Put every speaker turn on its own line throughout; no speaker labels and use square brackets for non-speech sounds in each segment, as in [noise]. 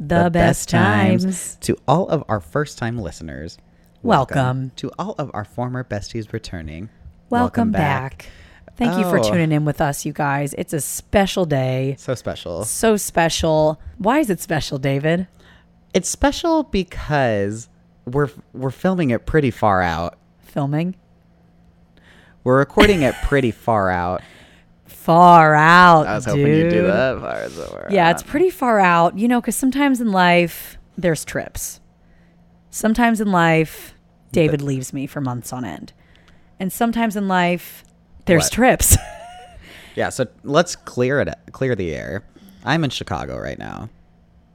the, best, times.
To all of our first time listeners,
Welcome.
To all of our former besties returning,
Welcome, back. Thank you for
Oh.
tuning in with us, you guys. It's a special day.
So special.
So special. Why is it special, David?
It's special because we're we're filming it pretty far out.
Filming
We're recording it pretty far out.
far out.
I was hoping you'd do
dude.
that. Far as it were
Yeah,
out.
it's pretty far out, you know, because sometimes in life there's trips. Sometimes in life, David leaves me for months on end. And sometimes in life, there's
What?
trips.
[laughs] Yeah, so let's clear it clear the air. I'm in Chicago right now.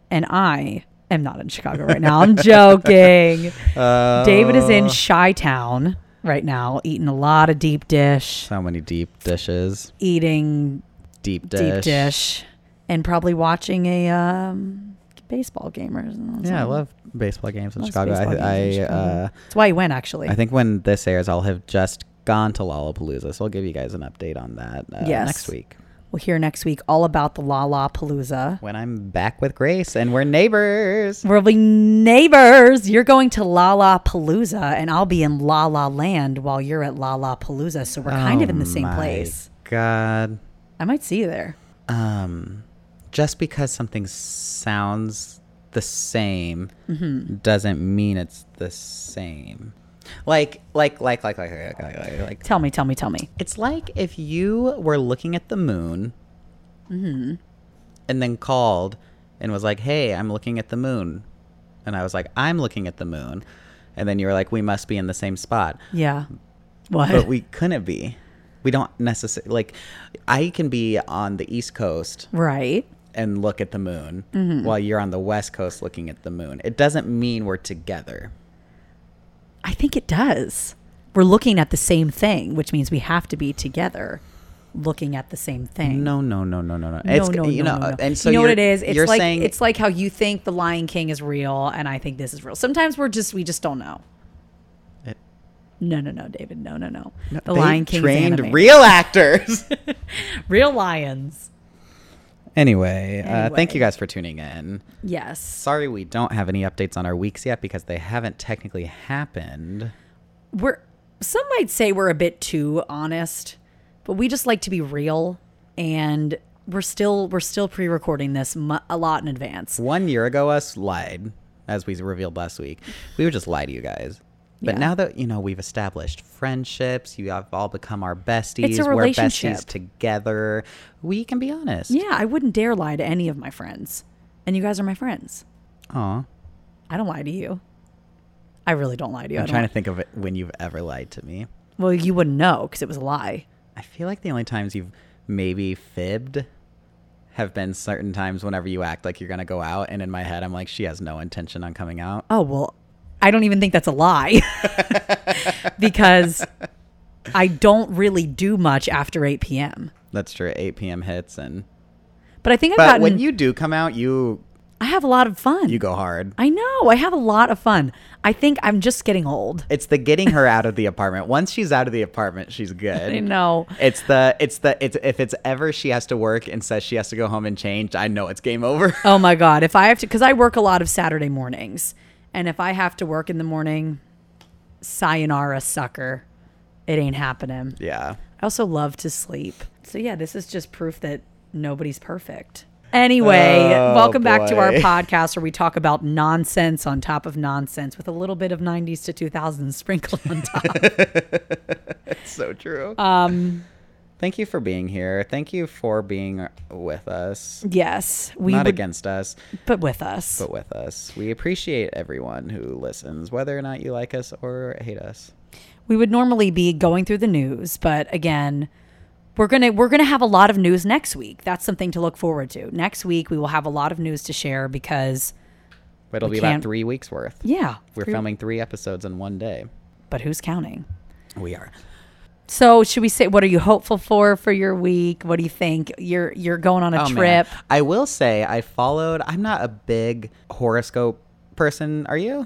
and I am not in Chicago right
[laughs]
now. I'm joking.
Uh,
David is
Oh.
in Chi Town right now, eating a lot of deep dish,
So many deep dishes,
eating
deep dish.
deep dish, and probably watching a um, baseball game or something.
Yeah, I love baseball games in
Loves
Chicago.
baseball
I
games in
I,
Chicago.
uh,
That's why he went, actually.
I think when this airs, I'll have just gone to Lollapalooza. So I'll give you guys an update on that uh,
Yes.
next week
We'll hear next week all about the La La Palooza.
when I'm back with Grace and we're neighbors.
We'll be neighbors. You're going to La La Palooza, and I'll be in La La Land while you're at La La Palooza. So we're kind of in the same
Oh My
place.
God.
I might see you there.
um, just because something sounds the same doesn't mean it's the same. Like, like, like, like, like, like, like, like, like.
Tell me, tell me, tell me.
It's like if you were looking at the moon, and then called and was like, "Hey, I'm looking at the moon," and I was like, "I'm looking at the moon," and then you were like, "We must be in the same spot."
Yeah. What? [laughs]
but we couldn't be. We don't necessarily like. I can be on the East Coast
right.
and look at the moon while you're on the west coast looking at the moon. It doesn't mean we're together.
I think it does. We're looking at the same thing, which means we have to be together looking at the same thing.
No, no, no, no, no, no.
No, no,
you
no,
know,
no, no.
and so
you know what it
you're-
is. It's
you're
like
saying
it's like how you think the Lion King is real, and I think this is real. Sometimes we're just we just don't know.
It-
No, no, no, David. No, no, no. the
Eh. they
Lion King
trained [laughs]
anime.
real actors.
real lions.
anyway, Uh, thank
Anyway.
you guys for tuning in.
Yes,
Sorry we don't have any updates on our weeks yet because they haven't technically happened.
we're. Some might say we're a bit too honest, but we just like to be real, and we're still we're still pre-recording this mu- a lot in advance.
One year ago, us lied, as we revealed last week. We would just lie to you guys. But
Yeah.
now that you know we've established friendships, you have all become our besties.
It's a
we're
relationship.
besties together. We can be honest.
Yeah, I wouldn't dare lie to any of my friends, and you guys are my friends.
Aw.
I don't lie to you. I really don't lie to you.
I'm
I don't
trying to think of it when you've ever lied to me.
Well, you wouldn't know because it was a lie.
I feel like the only times you've maybe fibbed have been certain times whenever you act like you're gonna go out, and in my head, I'm like, she has no intention on coming out.
Oh, well, I don't even think that's a lie [laughs] because I don't really do much after 8 p.m.
That's true. 8 p.m. hits, and
But I think I've
but
gotten,
when you do come out, you
I have a lot of fun.
you go hard.
I know. I have a lot of fun. I think I'm just getting old.
It's the getting her out of the apartment. Once she's out of the apartment, she's
[laughs] I
good.
know.
It's the it's the it's if it's ever she has to work and says she has to go home and change, I know it's game over. [laughs]
Oh my God. If I have to, because I work a lot of Saturday mornings. And if I have to work in the morning, sayonara, sucker. It ain't happening.
yeah.
I also love to sleep. So yeah, this is just proof that nobody's perfect. Anyway,
Oh,
welcome back to our
boy. [laughs]
podcast where we talk about nonsense on top of nonsense with a little bit of 90s to 2000s sprinkled
[laughs]
on top.
It's so true.
um,
Thank you for being here. Thank you for being with us.
yes, we
not
would,
against us,
but with us.
but with us. We appreciate everyone who listens, whether or not you like us or hate us.
we would normally be going through the news, but again, we're gonna we're gonna have a lot of news next week. That's something to look forward to. Next week we will have a lot of news to share because
But it'll
We
be about
can't-
three weeks worth.
Yeah.
We're
Three-
filming three episodes in one day.
But who's counting?
We are.
So should we say what are you hopeful for for your week? What do you think? You're you're going on a
Oh, man.
trip.
I will say I followed. I'm not a big horoscope person. Are you?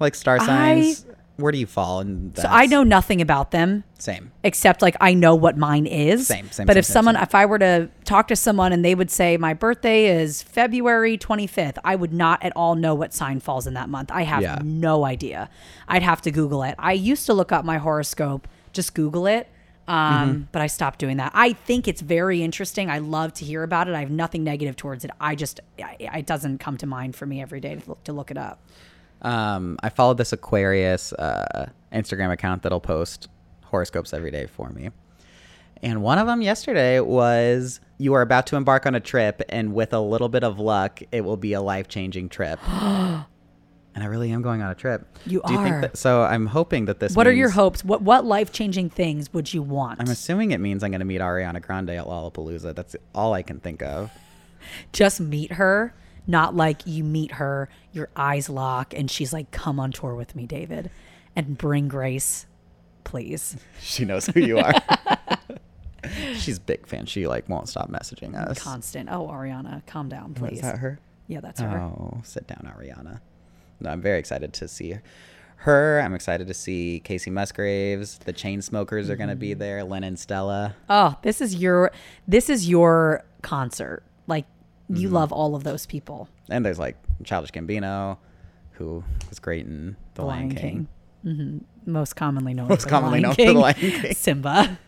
Like star signs. Where do you fall? In that?
So I know nothing about them
Same.
except like I know what mine is.
Same, same,
But
same,
if
same,
someone,
same.
if I were to talk to someone and they would say my birthday is February 25th, I would not at all know what sign falls in that month. I have
Yeah.
no idea. I'd have to Google it. I used to look up my horoscope, just Google it. Um,
Mm-hmm.
but I stopped doing that. I think it's very interesting. I love to hear about it. I have nothing negative towards it. I just, I- it doesn't come to mind for me every day to look, to look it up.
Um, I follow this Aquarius uh, Instagram account that'll post horoscopes every day for me. And one of them yesterday was you are about to embark on a trip, and with a little bit of luck, it will be a life changing
[gasps]
trip. and I really am going on a trip.
You
Do You
are.
think that, so I'm hoping that this.
What are your
means-
hopes? What, what life changing things would you want?
I'm assuming it means I'm going to meet Ariana Grande at Lollapalooza. That's all I can think of. [laughs]
just meet her, not like you meet her, your eyes lock, and she's like, come on tour with me, David, and bring Grace, please.
She knows who you are. [laughs] She's a big fan. She like won't stop messaging us.
Constant. Oh, Ariana, calm down,
What,
please.
Is that her?
Yeah, that's her.
Oh, sit down, Ariana. No, I'm very excited to see her. I'm excited to see Casey Musgraves. The Chainsmokers are going to be
Mm-hmm.
there. Lynn and Stella.
Oh, this is your this is your concert. Like
Mm-hmm.
you love all of those people.
And there's like Childish Gambino, who was great in The Lion, King.
hmm Most commonly known
Most
as
commonly known for The
[laughs]
Lion King.
Simba.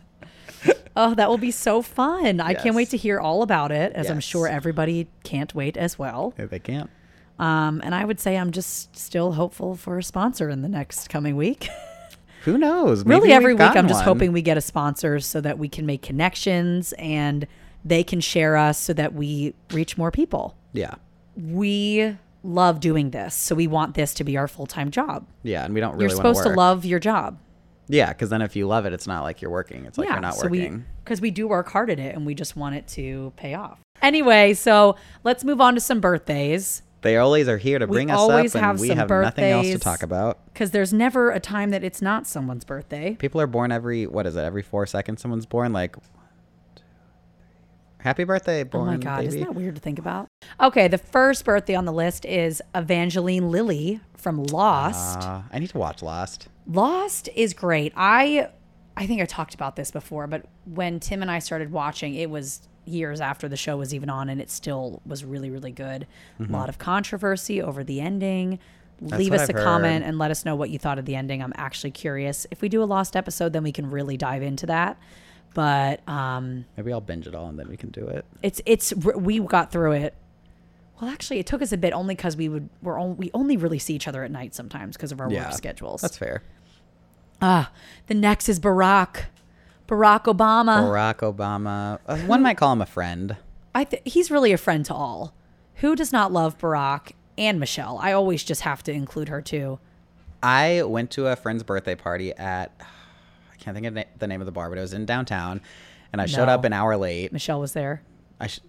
oh, that will be so fun. I can't wait
Yes.
to hear all about it, as I'm
Yes.
sure everybody can't wait as well.
If they can't.
Um, and I would say I'm just still hopeful for a sponsor in the next coming week. [laughs]
Who knows? Maybe
really, every
we've
week I'm
gotten
just
one.
hoping we get a sponsor so that we can make connections and they can share us so that we reach more people.
Yeah.
We love doing this, so we want this to be our full time job.
Yeah. And we don't really wanna
You're supposed to
work.
love your job.
Yeah, because then if you love it, it's not like you're working. It's like you're not working.
because we, do work hard at it and we just want it to pay off. Anyway, so let's move on to some birthdays.
they always are here to bring us
always
up,
have
and we
some
have nothing else to
birthdays.
talk about.
Because there's never a time that it's not someone's birthday.
People are born every what is it? Every four seconds, someone's born. Like, one, two, three. happy birthday,
Oh
born
my God,
baby.
isn't that weird to think about? Okay, the first birthday on the list is Evangeline Lilly from Lost.
Uh, I need to watch Lost.
Lost is great. I I think I talked about this before, but when Tim and I started watching, it was years after the show was even on and it still was really really good. A lot of controversy over the ending. Leave
Mm-hmm. what
us
I've
a comment
heard.
and let us know what you thought of the ending. I'm actually curious. If we do a lost episode, then we can really dive into that. But um
Maybe I'll binge it all and then we can do it.
it's it's we got through it. Well, actually, it took us a bit only because we would we're only, we only really see each other at night sometimes because of our
Yeah,
work schedules.
That's fair.
Ah, the next is Barack, Barack Obama.
Barack Obama. Uh, one might call him a friend.
I th- he's really a friend to all. Who does not love Barack and Michelle? I always just have to include her too.
I went to a friend's birthday party at I can't think of na- the name of the bar, but it was in downtown, and I showed
No.
up an hour late.
Michelle was there.
I, sh-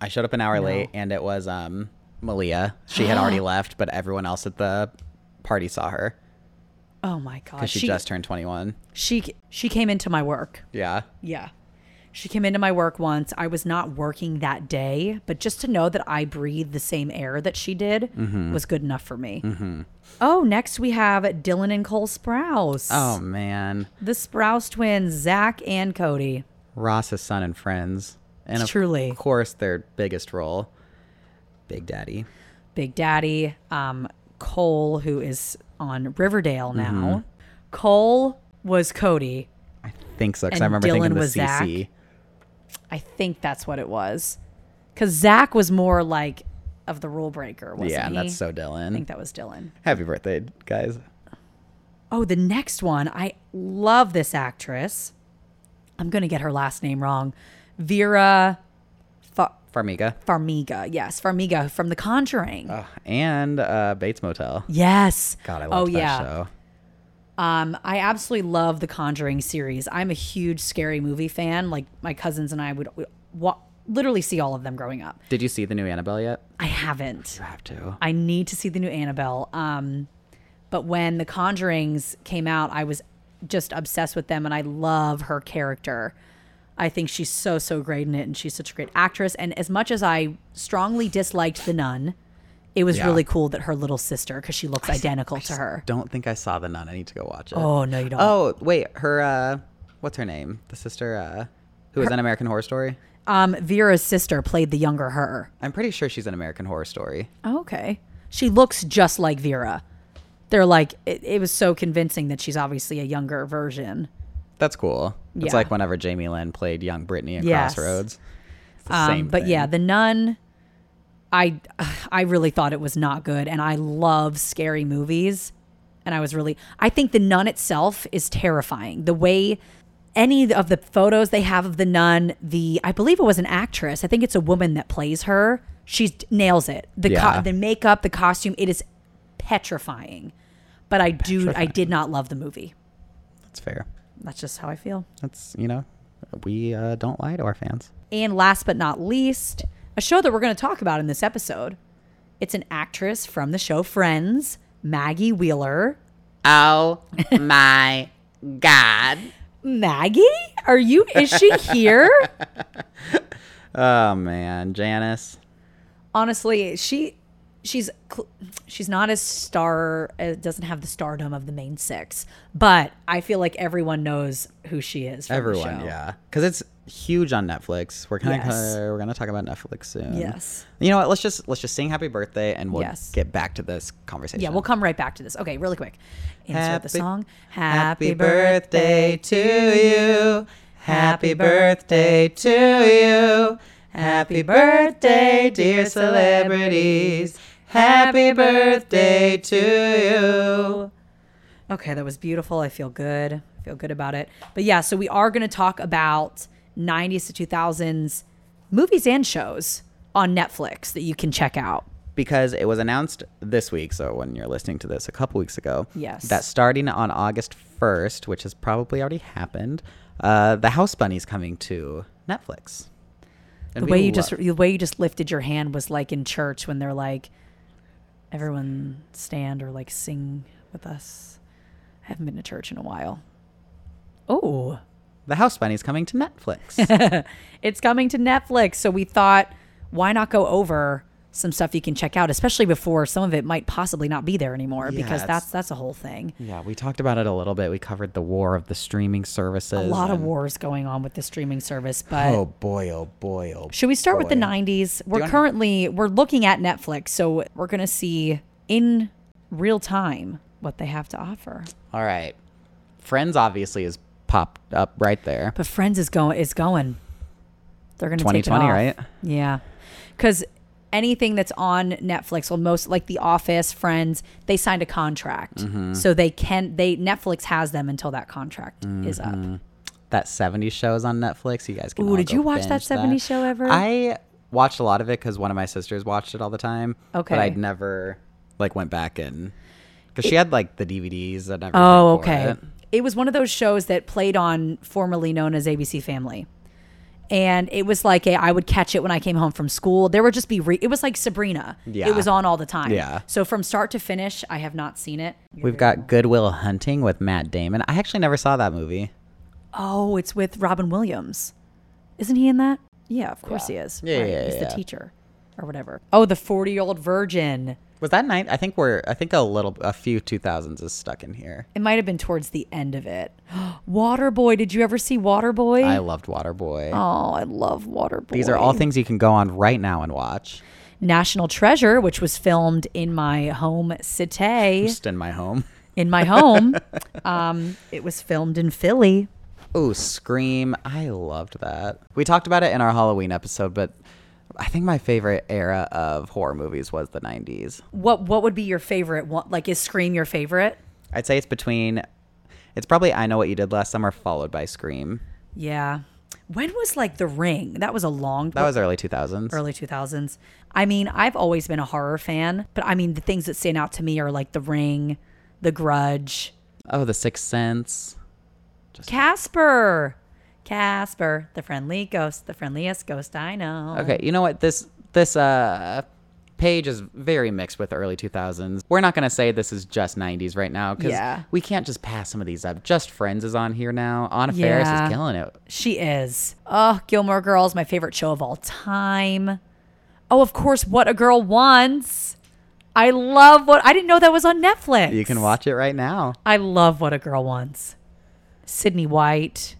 I showed up an hour late and it was um Malia. She had
[gasps]
already left, but everyone else at the party saw her
Oh my god,
because she, just turned 21.
she she came into my work.
Yeah.
Yeah. She came into my work once. I was not working that day, but just to know that I breathed the same air that she did
Mm-hmm.
was good enough for me. Oh, next we have Dylan and Cole Sprouse.
Oh man,
The Sprouse twins, Zach and Cody.
Ross's son and friends, and of
Truly.
course their biggest role, Big Daddy.
Big Daddy, um, Cole, who is on Riverdale
Mm-hmm.
now. Cole was Cody.
I think so because
And
I remember
Dylan
thinking the
was Zach.
CC.
I think that's what it was. Because Zach was more like of the rule breaker, wasn't
Yeah,
he?
and that's so
I think
Dylan.
that was Dylan.
Happy birthday, guys.
Oh, the next one. I love this actress. I'm going to get her last name wrong. Vera Fa-
Farmiga
Farmiga. Yes, Farmiga from The Conjuring.
Ugh, and uh, Bates Motel.
yes.
God, I love
oh,
that
yeah.
show.
Um, I absolutely love the Conjuring series. I'm a huge scary movie fan. Like my cousins and I would, would wa- literally see all of them growing up.
Did you see the new Annabelle yet?
I haven't.
I have to.
I need to see the new Annabelle. Um, but when The Conjurings came out, I was just obsessed with them, and I love her character. I think she's so so great in it, and she's such a great actress. And as much as I strongly disliked the nun, it was
Yeah.
really cool that her little sister, because she looks identical to her.
Don't think I saw the nun. I need to go watch it.
Oh no, you don't.
Oh, wait, her uh what's her name? The sister uh who was in American Horror Story?
Um, Vera's sister played the younger her.
I'm pretty sure she's in American Horror Story.
Okay. She looks just like Vera. They're like, it, it was so convincing that she's obviously a younger version.
That's cool. It's
Yeah.
like whenever Jamie Lynn played young Brittany in
Yes.
Crossroads. It's the
Um,
same
but
thing.
yeah, the nun, I, I really thought it was not good, and I love scary movies, and I was really, I think the nun itself is terrifying. The way any of the photos they have of the nun, the I believe it was an actress, I think it's a woman that plays her. She nails it. The
Yeah.
co- the makeup, the costume, it is petrifying. But I do, I did not love the movie.
That's fair.
That's just how I feel.
That's, you know, we uh, don't lie to our fans.
And last but not least, a show that we're going to talk about in this episode. It's an actress from the show Friends, Maggie Wheeler.
Oh [laughs] my god.
Maggie? Are you
[laughs]
is she here?
Oh man, Janice.
Honestly, she she's cl- she's not as star uh, doesn't have the stardom of the main 6, but I feel like everyone knows who she is. from the
Everyone,
show.
yeah. Cuz it's huge on Netflix. We're going to
Yes.
we're going to talk about Netflix soon.
Yes.
You know what? Let's just let's just sing happy birthday and we'll
Yes.
get back to this conversation.
Yeah, we'll come right back to this. Okay, really quick. Insert the
Happy-
song.
Happy birthday to you. Happy birthday to you. Happy birthday, dear celebrities. Happy birthday to you.
Okay, that was beautiful. I feel good. I feel good about it. But yeah, so we are going to talk about 90s to 2000s movies and shows on Netflix that you can check out.
Because it was announced this week, so when you're listening to this a couple weeks ago,
Yes.
that starting on August 1st, which has probably already happened, uh, the House Bunny's coming to Netflix. And
The
we
way you
love-
just the way you just lifted your hand was like in church when they're like everyone stand or like sing with us. I haven't been to church in a while. Oh,
the House Bunny's coming to
[laughs]
Netflix. [laughs]
it's coming to Netflix. So we thought, why not go over some stuff you can check out, especially before some of it might possibly not be there anymore
Yeah,
because
it's-
that's that's a whole thing.
yeah, we talked about it a little bit. We covered the war of the streaming services.
A lot of
and-
wars going on with the streaming service, but
Oh boy! Oh boy! Oh.
should we start with the
boy.
90s? We're
wanna-
currently we're looking at Netflix, so we're going to see in real time what they have to offer.
All right. Friends obviously is popped up right there.
But Friends is going is going. They're going to
2020, right?
Yeah, because anything that's on Netflix, well, most like The Office, Friends, they signed a contract,
Mm-hmm.
so they can they Netflix has them until that contract
Mm-hmm.
is up.
That '70s show is on Netflix. You guys can.
Ooh,
all
did
go
you watch that
binge
70s show ever?
I watched a lot of it because one of my sisters watched it all the time.
Okay.
But I'd never like went back and because she had like the DVDs and everything.
Oh,
for
okay.
it.
It was one of those shows that played on formerly known as ABC Family. And it was like a, I would catch it when I came home from school. There would just be re- it was like Sabrina.
Yeah.
It was on all the time.
Yeah.
So from start to finish, I have not seen it.
We've got Goodwill Hunting with Matt Damon. I actually never saw that movie.
Oh, it's with Robin Williams. Isn't he in that? Yeah, of course
Yeah.
he is.
Yeah,
right.
yeah,
He's
yeah.
the teacher or whatever. Oh, the 40 year old virgin.
Was that night? I think we're. I think a little, a few 2000s is stuck in here.
It might have been towards the end of it. [gasps] Waterboy. Did you ever see Waterboy?
I loved Waterboy.
oh, I love Waterboy.
These are all things you can go on right now and watch.
National Treasure, which was filmed in my home city.
Just in my home.
In
[laughs]
my home. um, it was filmed in Philly.
Oh, Scream. I loved that. We talked about it in our Halloween episode, but I think my favorite era of horror movies was the 90s.
What what would be your favorite one? Like is Scream your favorite?
I'd say it's between, it's probably I Know What You Did Last Summer, followed by Scream.
Yeah. When was like The Ring? That was a long
That was early 2000s.
early 2000s. I mean, I've always been a horror fan, but I mean, the things that stand out to me are like The Ring, The Grudge,
Oh, The Sixth Sense.
Casper. Casper, the friendly ghost, the friendliest ghost I know.
Okay, you know what? This this uh page is very mixed with early 2000s. We're not going to say this is just 90s right now cuz
Yeah.
we can't just pass some of these up. Just Friends is on here now. Anna Faris
Yeah.
is killing it.
She is. Oh, Gilmore Girls, my favorite show of all time. Oh, of course, What a Girl Wants. I love what I didn't know that was on Netflix.
You can watch it right now.
I love What a Girl Wants. Sydney White.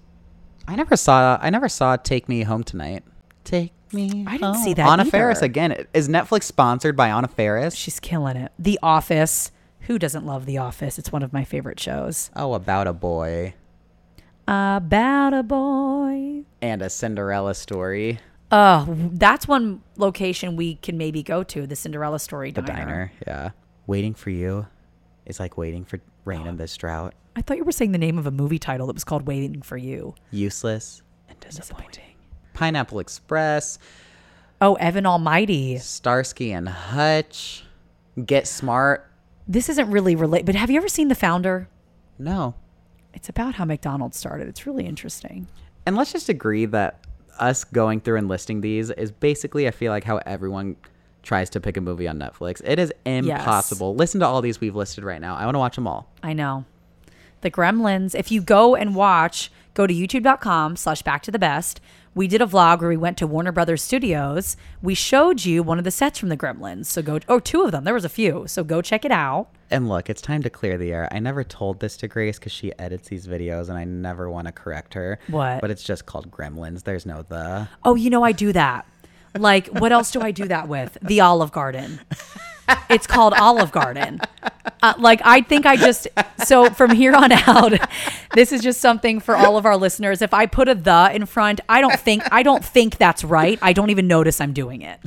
I never saw I never saw Take Me Home Tonight. Take me.
I didn't
home.
see that
Anna
either.
Faris again. Is Netflix sponsored by Anna Faris?
She's killing it. The Office. Who doesn't love The Office? It's one of my favorite shows.
Oh, about a boy
About a boy.
and a Cinderella story.
Oh, that's one location we can maybe go to, the Cinderella story
The diner, yeah. Waiting for you is like waiting for rain in this drought.
I thought you were saying the name of a movie title that was called Waiting for You.
Useless and disappointing. Pineapple Express,
Oh, Evan Almighty.
Starsky and Hutch, Get Smart.
This isn't really related, but have you ever seen The Founder?
No,
It's about how McDonald's started. It's really interesting.
And let's just agree that us going through and listing these is basically, I feel like, how everyone tries to pick a movie on Netflix. It is impossible. Listen to all these we've listed right now. I want to watch them all.
I know. The Gremlins. If you go and watch, go to youtube.com slash back to the best. We did a vlog where we went to Warner Brothers Studios. We showed you one of the sets from the Gremlins. So go, or two of them. There was a few. So go check it out.
And look, it's time to clear the air. I never told this to Grace because she edits these videos and I never want to correct her.
What?
But it's just called Gremlins. There's no the.
Oh, you know, I do that. Like, what else do I do that with? The Olive Garden. It's called Olive Garden. Uh, like, I think I just, so from here on out, [laughs] this is just something for all of our listeners. If I put a the in front, I don't think, I don't think that's right. I don't even notice I'm doing it.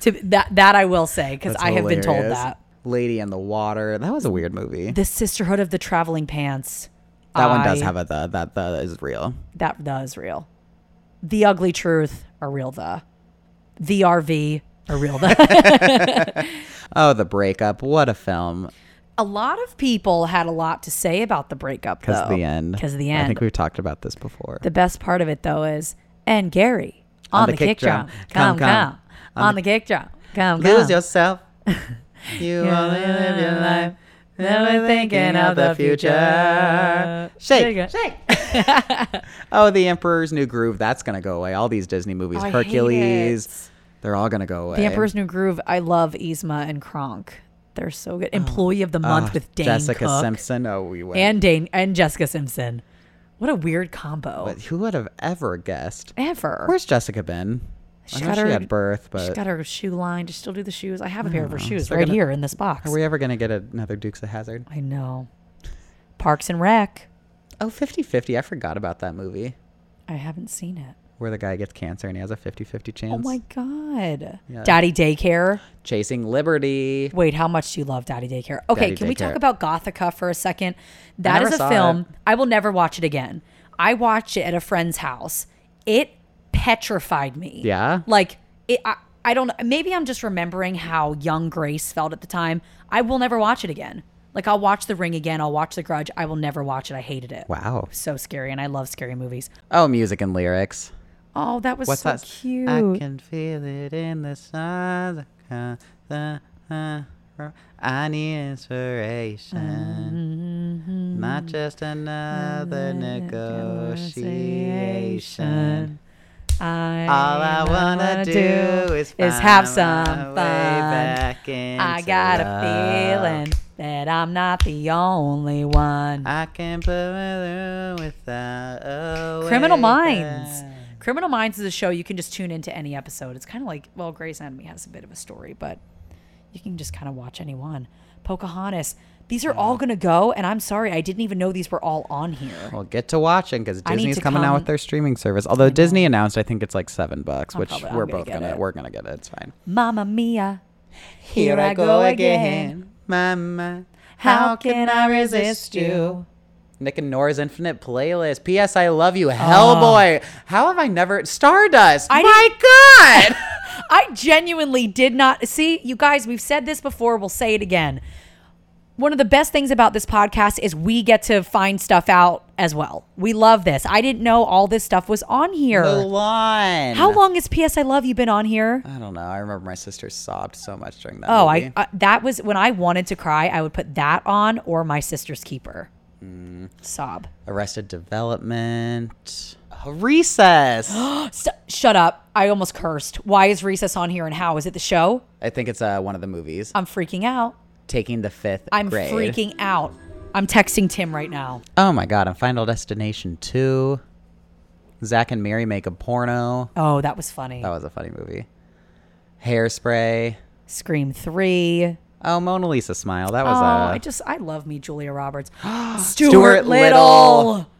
To, that, that I will say, because
That's
I have been told
hilarious.
that.
Lady in the Water. That was a weird movie.
The Sisterhood of the Traveling Pants.
that one does
I-
have a the. That the is real.
That the is real. The ugly truth are real the. The RV are real the.
Oh, The Breakup. What a film.
A lot of people had a lot to say about the breakup, though.
Because the end.
Because the
I
end.
think we've talked about this before.
the best part of it, though, is and Gary on, the, kick, drum. Come, come. On, the kick drum. Come, come.
Lose
[laughs]
yourself. You only live your life. Never thinking of the future. Shake,
Shake it.
shake.
[laughs]
oh, the Emperor's New Groove. That's gonna go away. All these Disney movies,
I hate
Hercules, they're all gonna go away.
The Emperor's New Groove. I love Yzma and Kronk. They're so good. Employee of the month with Dane
Oh. Ah, Jessica
Cook
Simpson. Oh, we went.
and Dane and Jessica Simpson. What a weird combo.
But who would have ever guessed?
Ever.
Where's Jessica been?
She
I know
got her-
she had birth,
She's
but
got her shoe line. Does she still do the shoes? I have a pair of her shoes
They're
right
gonna-
here in this box.
are we ever gonna get another Dukes of Hazard?
I know. Parks and Rec.
Oh, 50-50. I forgot about that movie
I haven't seen it.
where the guy gets cancer and he has a 50-50 chance.
Oh my god.
Yeah.
Daddy Daycare.
Chasing Liberty.
Wait, how much do you love Daddy Daycare? Okay,
Daddy
can we talk
Daycare.
about Gothica for a second? That
never
is a
saw
film.
it.
I will never watch it again. I watched it at a friend's house. It petrified me.
Yeah?
Like it I, I don't maybe I'm just remembering how young Grace felt at the time. I will never watch it again. Like I'll watch The Ring again, I'll watch The Grudge. I will never watch it. I hated it.
Wow.
So scary and I love scary movies.
Oh, music and lyrics.
Oh, that was
What's
so
that?
cute.
I can feel it in the stars. uh, uh, uh, I need inspiration,
Mm-hmm.
not just another negotiation.
I
All I wanna do is, find
have
my
some
way
fun.
Back
I
into
got
love.
a feeling that I'm not the only one.
I can put it through without a
Criminal
way
Minds.
back.
Criminal Minds is a show you can just tune into any episode. It's kind of like well, Grey's Anatomy has a bit of a story, but you can just kind of watch any one. Pocahontas. These are all gonna go, and I'm sorry, I didn't even know these were all on here.
Well, get to watching because
I need
Disney's
to
coming out
come-
with their streaming service. Although Disney announced, I think it's like seven bucks, which
probably- I'm
we're
gonna
both
get
gonna
it.
we're gonna get it. It's fine.
Mamma Mia.
Here I go again, Mama. How can I resist you? Nick and Nora's Infinite Playlist. P.S. I love you, Hellboy. How have I never Stardust?
Ah. I
My God.
I genuinely did not see you guys. We've said this before. We'll say it again. One of the best things about this podcast is we get to find stuff out as well. We love this. I didn't know all this stuff was on here. [laughs]
Mulan.
How long has PS I Love You been on here?
I don't know. I remember my sister sobbed so much during that.
Oh,
movie.
I uh, that was when I wanted to cry. I would put that on or My Sister's Keeper. Sob.
Arrested Development.
[gasps]
Recess.
St- shut up. I almost cursed. Why is Recess on here and how? Is it the show?
I think it's uh, one of the movies.
I'm freaking out.
Taking the fifth
I'm
grade.
freaking out. I'm texting Tim right now.
Oh my god! On Final Destination two. Zach and Mary make a porno.
Oh, that was funny.
That was a funny movie. Hairspray.
Scream 3.
Oh, Mona Lisa smile. That was
oh,
uh,
I just I love me
[gasps]
Julia Roberts. [gasps] Stuart,
Stuart
Little.
Little.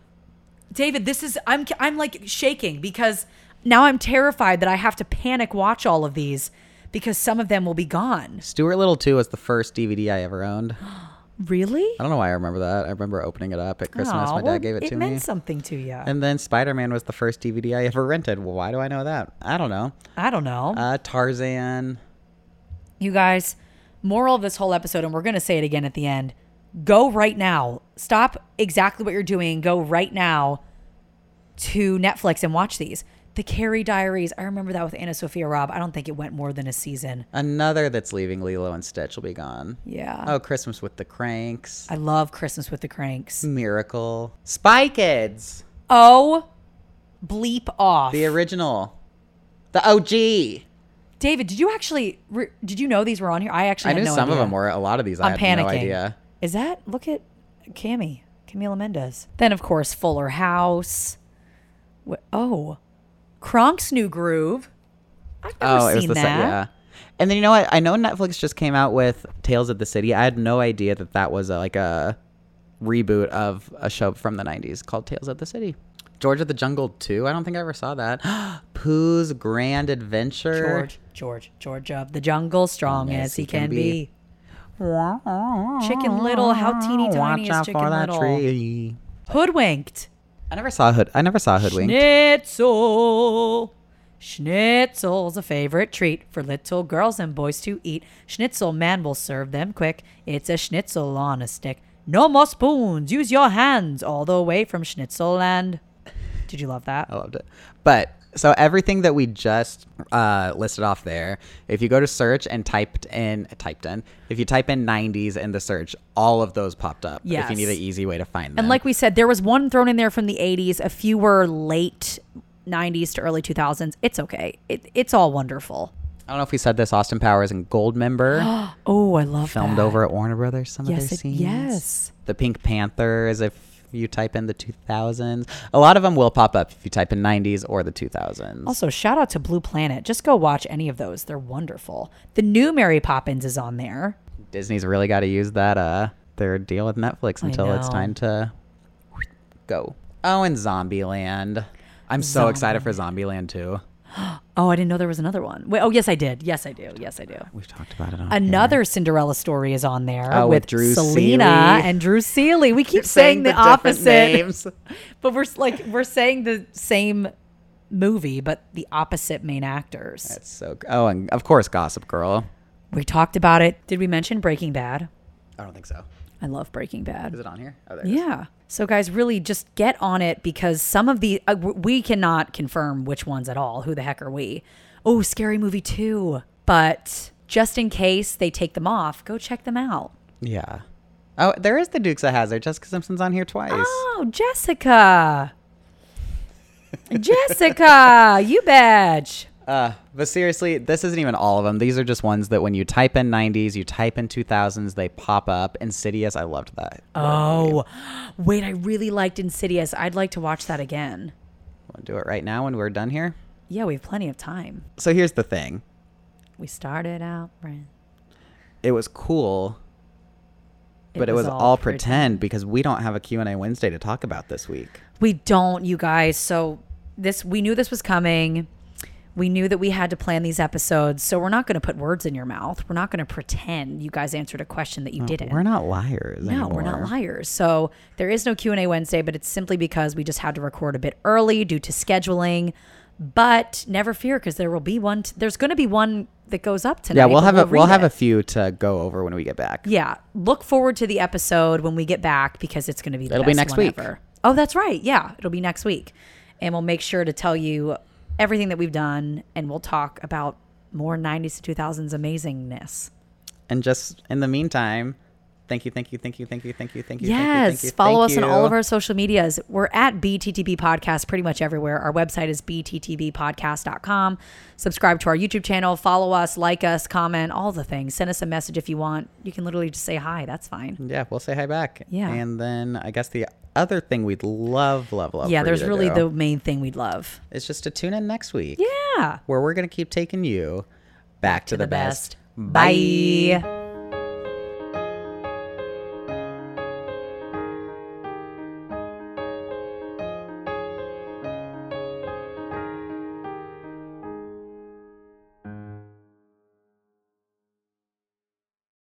David, this is I'm I'm like shaking because now I'm terrified that I have to panic watch all of these because some of them will be gone.
Stuart Little two was the first DVD I ever owned. I
Really?
don't know why I remember that. I remember opening it up at Christmas.
Aw,
My dad
well,
gave it, to
meant
me.
something to you.
And then Spider Man was the first DVD I ever rented. Well, why do I know that? I don't know.
I don't know.
Uh, Tarzan.
You guys, moral of this whole episode, and we're going to say it again at the end go right now. Stop exactly what you're doing. Go right now to Netflix and watch these. The Carrie Diaries. I remember that with Anna Sophia Robb. I don't think it went more than a season.
Another that's leaving Lilo and Stitch will be gone.
Yeah.
Oh, Christmas with the Cranks.
I love Christmas with the Cranks.
Miracle. Spy Kids.
Oh, bleep off.
The original. The OG.
David, did you actually, re- did you know these were on here? I actually
I
had
knew
no
some of
idea.
them were. A lot of these I
I'm
had
panicking.
no idea.
Is that look at Cami Camila Mendez? Then of course Fuller House. Wh- Oh, Kronk's New Groove. I've never
oh,
seen
it was the
that.
se- yeah. And then you know what? I know Netflix just came out with Tales of the City. I had no idea that that was a, like a reboot of a show from the '90s called Tales of the City. George of the Jungle 2. I don't think I ever saw that. [gasps] Pooh's Grand Adventure.
George, George, George of the Jungle, strong as he can, be. Chicken Little, how teeny tiny
Watch
is
out
Chicken
for that
Little?
tree.
Hoodwinked.
I never saw Hood. I never saw Hoodwink.
Schnitzel. Schnitzel's a favorite treat for little girls and boys to eat. Schnitzel man will serve them quick. It's a schnitzel on a stick. No more spoons. Use your hands all the way from Schnitzelland. Did you love that?
I loved it. But so everything that we just uh, listed off there, if you go to search and typed in typed in, if you type in '90s in the search, all of those popped up. If
Yes.
you need an easy way to find them,
And like we said, there was one thrown in there from the 80s. A few were late 90s to early 2000s. It's okay. It, it's all wonderful.
I don't know if we said this, Austin Powers and Goldmember
Oh, I [gasps] love
filmed
that.
over at Warner Brothers. Some
Yes,
of their
it-
scenes.
yes.
The Pink Panther is if you type in the 2000s. A lot of them will pop up if you type in '90s or the 2000s.
Also, shout out to Blue Planet. Just go watch any of those. They're wonderful. The new Mary Poppins is on there.
Disney's really got to use that uh their deal with Netflix until it's
know.
time to go. Oh, and Zombieland. I'm so excited for Zombieland too.
Oh, I didn't know there was another one. Wait, oh, yes, I did. Yes, I do. Yes, I do.
We've talked about it on
Another Cinderella story is on there
Oh, with
with,
Drew
Selena
Seeley.
and Drew Seeley.
[laughs]
We keep
here.
saying the,
different
opposite,
names.
but we're s- like we're saying the same movie, but the opposite main actors.
That's so. Oh, and of course, Gossip Girl.
We talked about it. Did we mention Breaking Bad?
I don't think so.
I love Breaking Bad.
Is it on here? Oh, there. it is.
Yeah. So guys, really just get on it because some of the uh, w- we cannot confirm which ones at all. Who the heck are we? Oh, scary movie 2. But just in case they take them off, go check them out.
Yeah. Oh, there is the Dukes of Hazard. Jessica Simpson's on here twice.
Oh,
[laughs]
Jessica. Jessica, you bitch.
Uh, but seriously, this isn't even all of them. These are just ones that when you type in 90s, you type in 2000s, they pop up. Insidious, I loved that.
Oh. Wait, I really liked Insidious. I'd like to watch that again.
Wanna do it right now when we're done here.
Yeah, we have plenty of time.
So here's the thing.
We started out, friends.
It was cool, but it was, all, pretend, because we don't have a Q&A Wednesday to talk about this week.
We don't, you guys. So this we knew this was coming. We knew that we had to plan these episodes. So we're not going to put words in your mouth. We're not going to pretend you guys answered a question that you didn't.
We're not liars
no, we're not
anymore.
liars. So there is no Q&A Wednesday, but it's simply because we just had to record a bit early due to scheduling. But never fear cuz there will be one t- there's going to be one that goes up tonight.
Yeah, we'll
but
have a we'll
read
have
it.
a few to go over when we get back.
Yeah, look forward to the episode when we get back because it's going to be the
It'll be
best
next
one
week.
ever. Oh, that's right. Yeah, it'll be next week. And we'll make sure to tell you everything that we've done and we'll talk about more 90s to 2000s amazingness.
And just in the meantime, thank you, thank you, thank you, thank you, thank you, thank you.
Yes.
thank you, thank you,
Follow us
thank
on all of
you.
our social medias. We're at BTTB Podcast pretty much everywhere. Our website is bttbpodcast.com. Subscribe to our YouTube channel. Follow us, like us, comment, all the things. Send us a message if you want. You can literally just say hi. That's fine.
Yeah, we'll say hi back.
Yeah.
And then I guess the other thing we'd love, love, love.
yeah,
for you
there's
to
really
do
the main thing we'd love.
is just to tune in next week
Yeah.
where we're going to keep taking you back, to, the, best.
Bye.